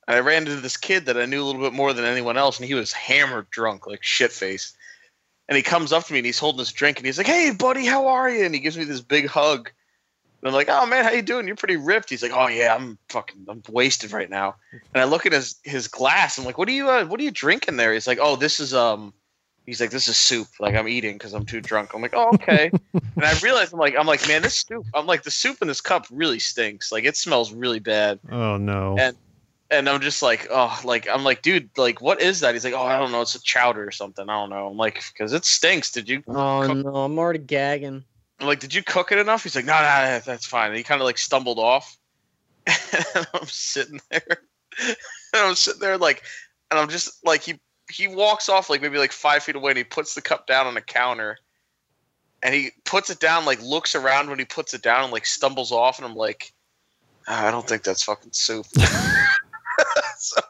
And I ran into this kid that I knew a little bit more than anyone else, and he was hammered drunk, like shit faced and he comes up to me and he's holding his drink and he's like, "Hey, buddy, how are you?" And he gives me this big hug. And I'm like, "Oh man, how you doing? You're pretty ripped." He's like, "Oh yeah, I'm fucking, I'm wasted right now." And I look at his his glass. I'm like, "What are you, uh, what are you drinking there?" He's like, "Oh, this is um." He's like, "This is soup. Like I'm eating because I'm too drunk." I'm like, "Oh okay." and I realize I'm like, I'm like, man, this soup. I'm like, the soup in this cup really stinks. Like it smells really bad Oh no. And- and I'm just like, oh, like I'm like, dude, like what is that? He's like, oh, I don't know, it's a chowder or something. I don't know. I'm like, because it stinks. Did you? Oh Cup- no, I'm already gagging. I'm like, did you cook it enough? He's like, no, no, no that's fine. And he kind of like stumbled off. and I'm sitting there, and I'm sitting there like, and I'm just like, he he walks off like maybe like five feet away, and he puts the cup down on the counter, and he puts it down, like looks around when he puts it down, and like stumbles off, and I'm like, "Ah, I don't think that's fucking soup. so,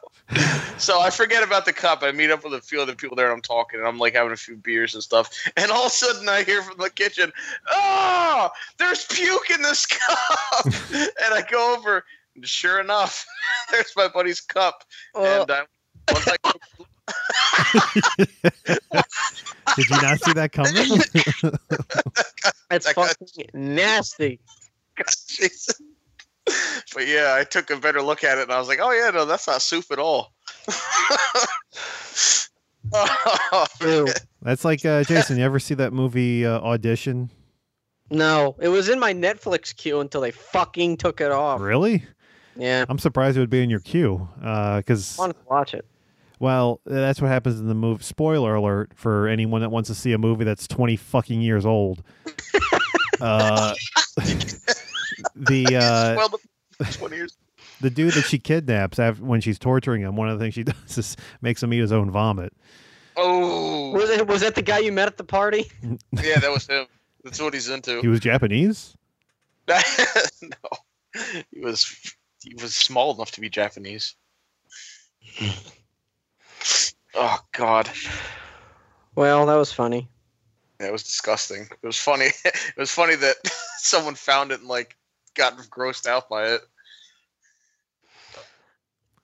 so I forget about the cup. I meet up with a few other people there, and I'm talking, and I'm like having a few beers and stuff, and all of a sudden I hear from the kitchen, oh, there's puke in this cup. and I go over, and sure enough, there's my buddy's cup. Oh, and I, once I, Did you not see that coming? that's I got- fucking nasty. Jesus. But yeah, I took a better look at it, and I was like, oh, yeah, no, that's not soup at all. oh, Ew. That's like uh, Jason. You ever see that movie uh, audition? No, it was in my Netflix queue until they fucking took it off. Really? Yeah, I'm surprised it would be in your queue. Because I want to watch it. well, that's what happens in the movie. Spoiler alert for anyone that wants to see a movie that's 20 fucking years old. uh, the uh, well, 20 years. the dude that she kidnaps after, when she's torturing him, one of the things she does is makes him eat his own vomit. Oh, Was, it, was that the guy you met at the party? yeah, that was him. That's what he's into. He was Japanese. no, he was he was small enough to be Japanese. oh God, Well, that was funny. that was disgusting. It was funny. It was funny that someone found it and like got grossed out by it.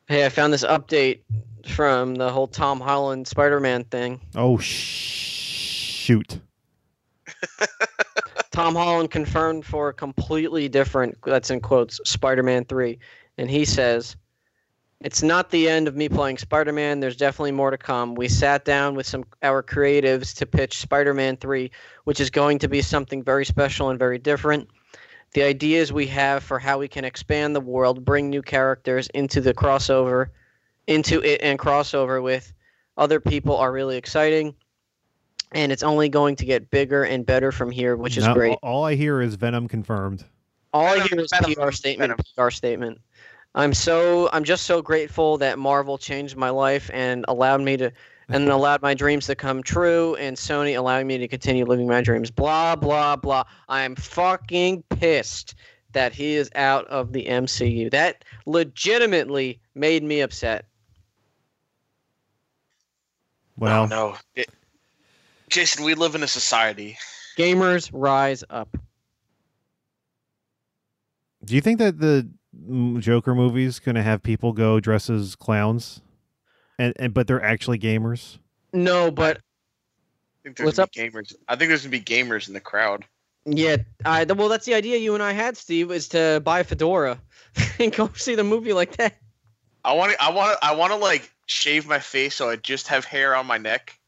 Hey, I found this update from the whole Tom Holland Spider Man thing. Oh sh- shoot! Tom Holland confirmed for a completely different, that's in quotes, Spider Man 3. And he says, It's not the end of me playing Spider Man. There's definitely more to come. We sat down with some our creatives to pitch Spider Man 3, which is going to be something very special and very different. The ideas we have for how we can expand the world, bring new characters into the crossover, into it and crossover with other people are really exciting. And it's only going to get bigger and better from here, which is Now, great. All I hear is Venom Oh, confirmed. All I Venom, hear is Venom, PR statement, Venom. PR statement. I'm so I'm just so grateful that Marvel changed my life and allowed me to and allowed my dreams to come true and Sony allowing me to continue living my dreams. Blah blah blah. I'm fucking pissed that he is out of the MCU. That legitimately made me upset. Well, oh, no, It- Jason, we live in a society. Gamers rise up. do you think that the mm, Joker movie's gonna have people go dress as clowns, and, and but they're actually gamers? No, I but think there's What's gonna be gamers. I think there's gonna be gamers in the crowd. yeah, I well that's the idea you and I had, Steve, is to buy a fedora and go see the movie like that. I want to. I want to. I want to like shave my face so I just have hair on my neck,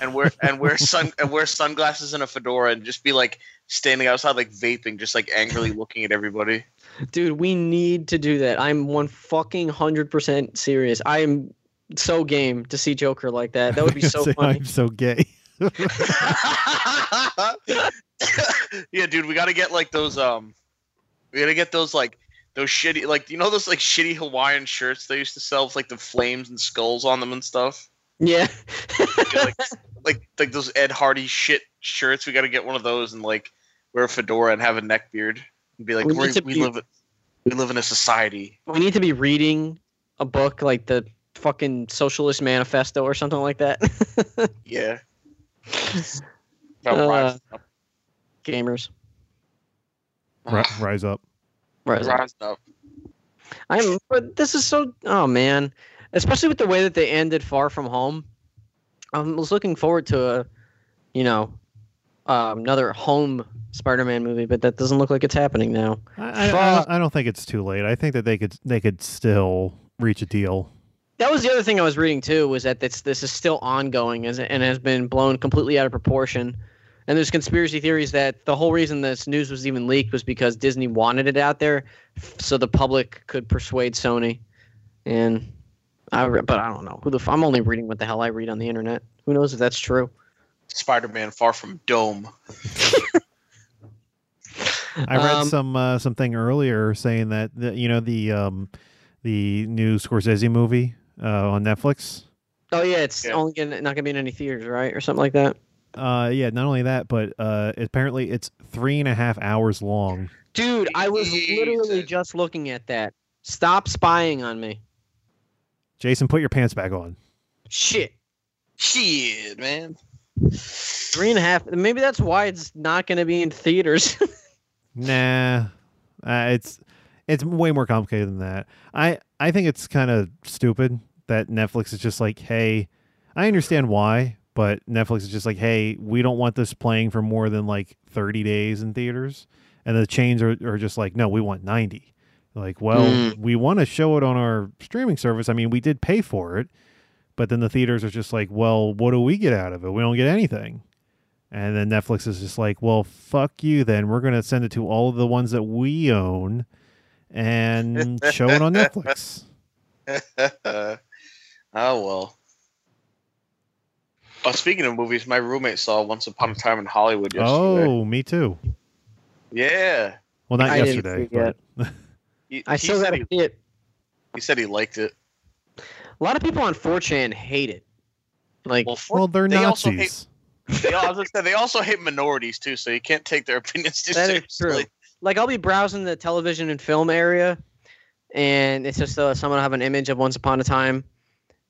and wear and wear sun and wear sunglasses and a fedora and just be like standing outside like vaping, just like angrily looking at everybody. Dude, we need to do that. I'm one fucking hundred percent serious. I am so game to see Joker like that. That would be so Say, funny. I'm so gay. yeah, dude, we gotta get like those. Um, we gotta get those like those shitty like you know those like shitty Hawaiian shirts they used to sell with like the flames and skulls on them and stuff. Yeah. Yeah, like, like like those Ed Hardy shit shirts. We got to get one of those and like wear a fedora and have a neck beard and be like We we need we're, to we be- live we live in a society. we need to be reading a book like the fucking Socialist Manifesto or something like that. Yeah. About Uh, rise, up, Gamers. Ri- rise up. Rise up. rise up. I'm but this is so oh man. Especially with the way that they ended Far From Home. Um, I was looking forward to a you know uh, another home Spider-Man movie, but that doesn't look like it's happening now. I, I, I Fuck. don't- I don't think it's too late. I think that they could they could still reach a deal. That was the other thing I was reading too was that this this is still ongoing as and has been blown completely out of proportion. And there's conspiracy theories that the whole reason this news was even leaked was because Disney wanted it out there, f- so the public could persuade Sony. And I re- but I don't know who the f- I'm only reading what the hell I read on the internet. Who knows if that's true? Spider-Man: Far From Dome. I read Um, some uh, something earlier saying that the, you know the um, the new Scorsese movie uh, on Netflix. Oh yeah, it's Yeah. only gonna, not gonna be in any theaters, right, or something like that. Uh, yeah, not only that, but uh, apparently it's three and a half hours long. Dude, I was literally Jesus. just looking at that. Stop spying on me. Jason, put your pants back on. Shit. Shit, man. Three and a half. Maybe that's why it's not going to be in theaters. Nah, uh, it's it's way more complicated than that. I I think it's kind of stupid that Netflix is just like, hey, I understand why, but Netflix is just like, hey, we don't want this playing for more than like thirty days in theaters, and the chains are are just like, no, we want ninety. Like, well, Mm. we want to show it on our streaming service. I mean, we did pay for it, but then the theaters are just like, well, what do we get out of it? We don't get anything. And then Netflix is just like, well, fuck you then. We're going to send it to all of the ones that we own and show it on Netflix. oh well. Oh, speaking of movies, my roommate saw Once Upon a Time in Hollywood yesterday. Oh, me too. Yeah. Well, not I didn't yesterday. see it But He- I he still said got to he- see it. He said he liked it. A lot of people on 4chan hate it. Like, Well, for, Well, they're They also hate- Nazis. they, all- I was gonna say, they also hate minorities too, so you can't take their opinions too That is seriously. true. like I'll be browsing the television and film area, and it's just uh, someone will have an image of Once Upon a Time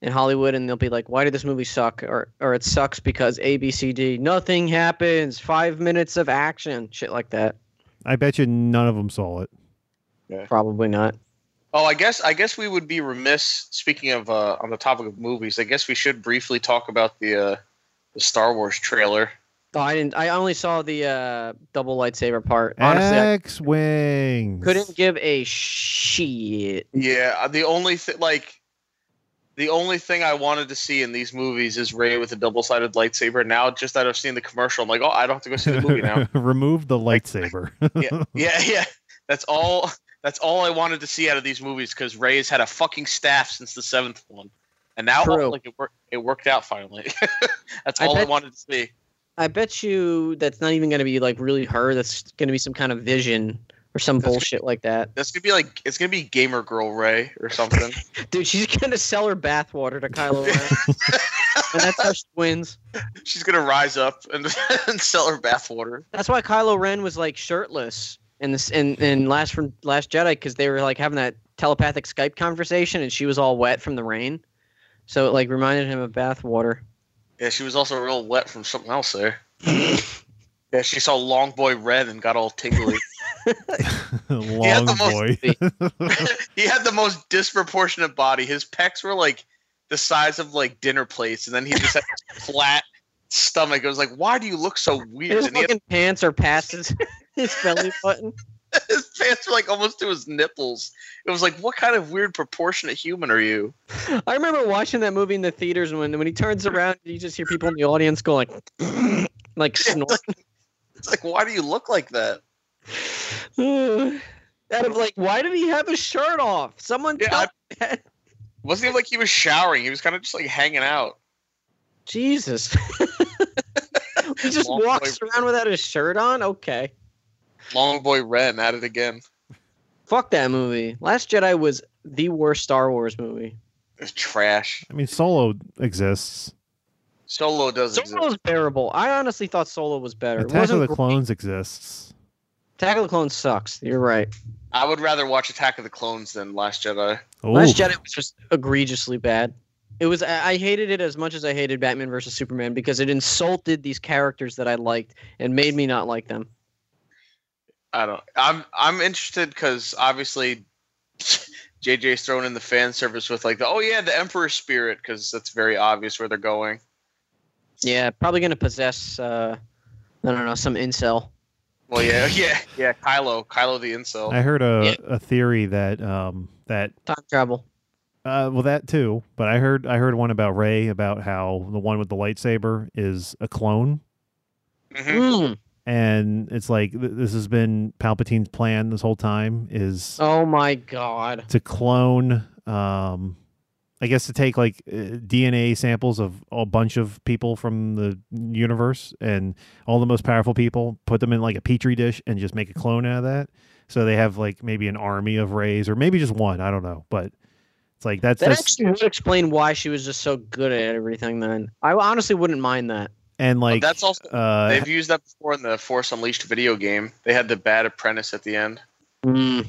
in Hollywood, and they'll be like, "Why did this movie suck?" or "Or it sucks because A, B, C, D. Nothing happens. Five minutes of action, shit like that. I bet you none of them saw it. Probably not. Oh, I guess I guess we would be remiss. Speaking of uh, on the topic of movies, I guess we should briefly talk about the uh, the Star Wars trailer. Oh, I didn't. I only saw the uh, double lightsaber part. Honestly, I X wings. couldn't give a shit. Yeah, uh, the only th- like the only thing I wanted to see in these movies is Ray with a double sided lightsaber. Now, just that I've seen the commercial, I'm like, oh, I don't have to go see the movie now. Remove the lightsaber. yeah, yeah, yeah. That's all. That's all I wanted to see out of these movies because Ray has had a fucking staff since the seventh one, and now True. like it worked. It worked out finally. that's I all I bet- wanted to see. I bet you that's not even going to be like really her. That's going to be some kind of vision or some That's- bullshit like that. That's gonna be like it's gonna be Gamer Girl Ray or something. Dude, she's going to sell her bathwater to Kylo Ren. and that's how she wins. She's gonna rise up and, and sell her bathwater. That's why Kylo Ren was like shirtless in this in, in last from last Jedi because they were like having that telepathic Skype conversation and she was all wet from the rain. So it like reminded him of bathwater. Yeah, she was also real wet from something else there. yeah, she saw Long Boy Red and got all tingly. Long the most- boy. he had the most disproportionate body. His pecs were like the size of like dinner plates, and then he just had this flat stomach. It was like, why do you look so weird? His And he had, fucking pants are past his, his belly button. his pants were like almost to his nipples. It was like, what kind of weird proportionate human are you? I remember watching that movie in the theaters when when he turns around, you just hear people in the audience go like, like snort. It's like, why do you look like that? Out of like, why did he have his shirt off? Someone Yeah, tell I- Wasn't even like he was showering. He was kind of just like hanging out. Jesus. he just Long walks way- around without his shirt on. Okay, Long boy Ren at it again. fuck that movie. Last Jedi was the worst Star Wars movie. It's trash. I mean, Solo exists. Solo doesn't exist. Solo's bearable. I honestly thought Solo was better. it Attack of wasn't the great. Clones exists. Attack of the Clones sucks. You're right. I would rather watch Attack of the Clones than Last Jedi. Oh, Last Jedi was just egregiously bad. It was I I hated it as much as I hated Batman versus Superman because it insulted these characters that I liked and made me not like them. I don't. I'm I'm interested because obviously JJ's thrown in the fan service with like the oh yeah the Emperor spirit because that's very obvious where they're going. Yeah, probably gonna possess uh I don't know, some incel. Well yeah yeah yeah Kylo Kylo the incel. I heard a, Yeah. a theory that um that Time travel. uh well that too, but I heard I heard one about Ray about how the one with the lightsaber is a clone, Mhm. Mm. and it's like th- this has been Palpatine's plan this whole time is Oh my god. to clone um i guess to take like uh, dna samples of a bunch of people from the universe and all the most powerful people put them in like a petri dish and just make a clone out of that so they have like maybe an army of rays or maybe just one i don't know but it's like that's, That that's actually would explain why she was just so good at everything then. I honestly wouldn't mind that. and But like that's also uh they've used that before in the Force Unleashed video game. They had the bad apprentice at the end. Mm.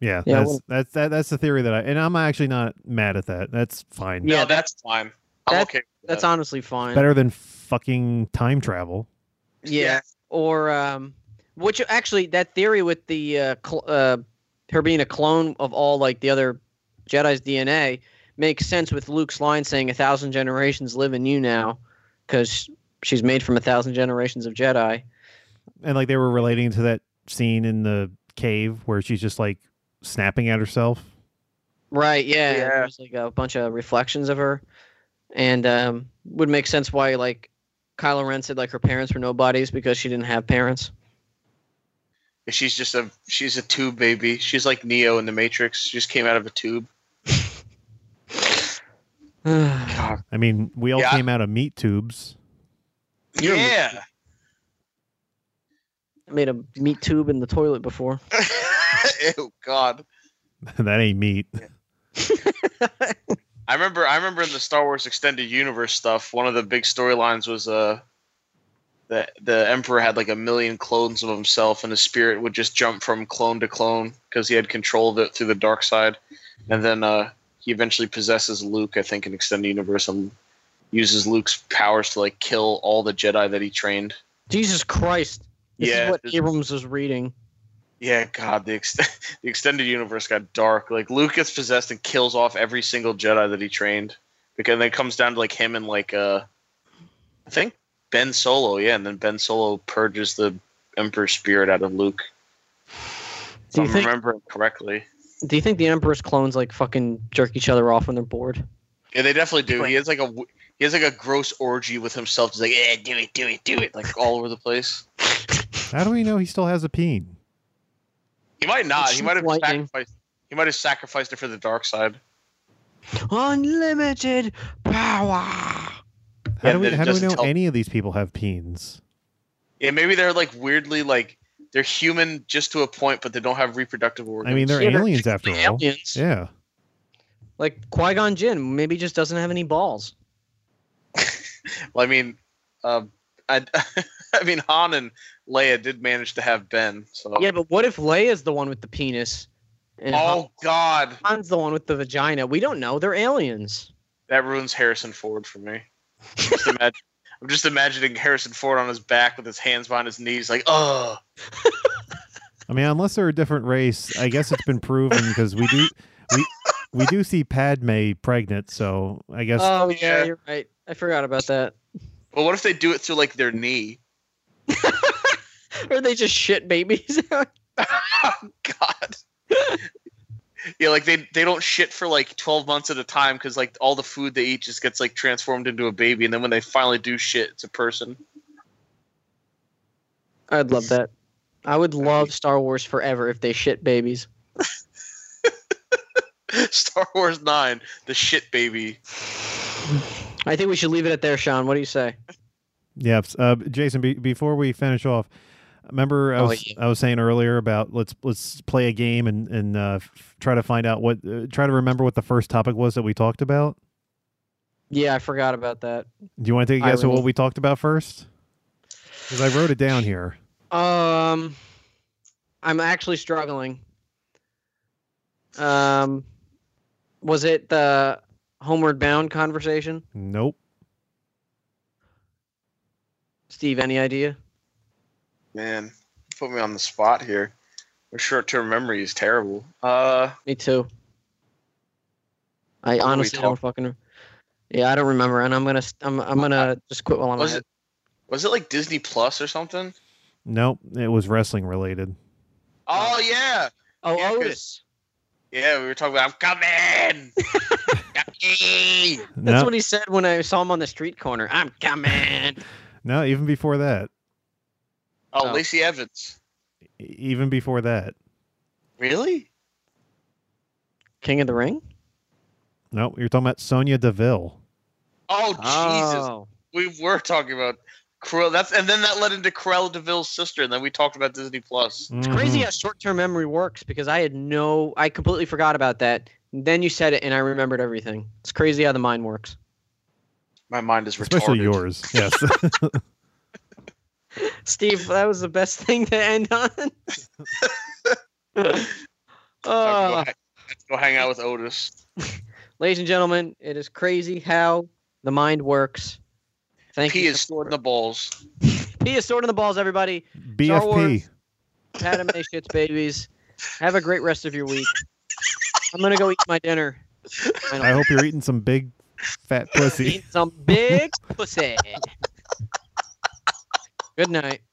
yeah, Yeah, that's, well- that's that, that's the theory that i and i'm actually not mad at that that's fine No, Yeah, that's fine. I'm that- okay. With That's that. honestly fine. better than fucking time travel yeah. or um, which actually that theory with the uh, cl- uh, her being a clone of all like the other Jedi's DNA makes sense with Luke's line saying a thousand generations live in you now, because she's made from a thousand generations of Jedi. and like they were relating to that scene in the cave where she's just like snapping at herself. Right? Yeah. and Yeah. There's like a bunch of reflections of her, and um, would make sense why like Kylo Ren said like her parents were nobodies because she didn't have parents. She's just a she's a tube baby. She's like Neo in the Matrix. She just came out of a tube. God. I mean, we all Yeah. came out of meat tubes. Yeah. made a meat tube in the toilet before. oh God. that ain't meat. I remember I remember in the Star Wars extended universe stuff, one of the big storylines was uh that the emperor had like a million clones of himself and his spirit would just jump from clone to clone because he had control of it through the dark side. And then uh he eventually possesses Luke, I think in extended universe and uses Luke's powers to like kill all the Jedi that he trained. Jesus Christ. This Yeah, is what this- Abrams was reading. Yeah, God, the, ex- the extended universe got dark. Like Luke gets possessed and kills off every single Jedi that he trained. Because then it comes down to like him and like uh, I think Ben Solo. Yeah, and then Ben Solo purges the Emperor spirit out of Luke. If Do I'm you think remembering correctly. do you think the Emperor's clones like fucking jerk each other off when they're bored? Yeah, they definitely do. He has like a w- he has like a gross orgy with himself. He's like, yeah, do it, do it, do it, like all over the place. How do we know he still has a peen? He might not. He shoots might have lightning. sacrificed. He might have sacrificed it for the dark side. Unlimited power. How Yeah, do we it how do we doesn't know tell- any of these people have peens? Yeah, maybe they're like weirdly like they're human just to a point, but they don't have reproductive organs. I mean, they're Yeah, they're aliens after all. Aliens. Yeah. Like Qui Gon Jinn, maybe he just doesn't have any balls. well, I mean, uh, I, I mean, Han and Leia did manage to have Ben. So, Yeah, but what if Leia's the one with the penis? And oh God, Han's the one with the vagina. We don't know. They're aliens. that ruins Harrison Ford for me. Just imagine, I'm just imagining Harrison Ford on his back with his hands behind his knees, like, oh, I mean, unless they're a different race, I guess it's been proven because we do we we do see Padme pregnant, so I guess Oh yeah. yeah, you're right. I forgot about that. well, what if they do it through like their knee? Or they just shit babies out. God. yeah, like they they don't shit for like twelve months at a time because like all the food they eat just gets like transformed into a baby, and then when they finally do shit, it's a person. I'd love that. I would love Star Wars forever if they shit babies. Star Wars Nine, the shit baby. I think we should leave it at there, Sean. What do you say? Yep. Uh, Jason, be, before we finish off, remember I Oh, was yeah. I was saying earlier about let's let's play a game and and uh, f- try to find out what uh, try to remember what the first topic was that we talked about. Yeah, I forgot about that. Do you want to take a guess at Irony. what we talked about first? Because I wrote it down here. Um, I'm actually struggling. Um, was it the Homeward Bound conversation? Nope. Steve, any idea? Man, you put me on the spot here. My short-term memory is terrible. Uh, Me too. I What were we honestly don't fucking. Yeah, I don't remember, and I'm gonna st- I'm I'm gonna just quit while I'm was at it. it was it like Disney Plus or something? Nope. It was wrestling related. Oh yeah, Oh, Yeah, 'cause- Otis. yeah. We were talking about I'm coming. Coming! That's No, what he said when I saw him on the street corner. I'm coming. no. Even before that. Oh, Oh. Lacey Evans. E- Even before that. Really? King of the Ring. No, you're talking about Sonia Deville. Oh Jesus. we were talking about Cruella. That's and then that led into Cruella Deville's sister, and then we talked about Disney Plus. It's Mm-hmm. crazy how short-term memory works because I had no, I completely forgot about that. Then you said it, and I remembered everything. It's crazy how the mind works. My mind is retarded. Especially yours. Yes. Steve, that was the best thing to end on. I have Ah, to go Uh, ha- I have to go hang out with Otis. ladies and gentlemen, it is crazy how the mind works. Thank He you. is stored in the balls. P is sword in the balls, everybody. BFP. Wars. Padme shits babies. Have a great rest of your week. I'm gonna go eat my dinner. I hope you're eating some big fat pussy. Eat some big pussy. Good night.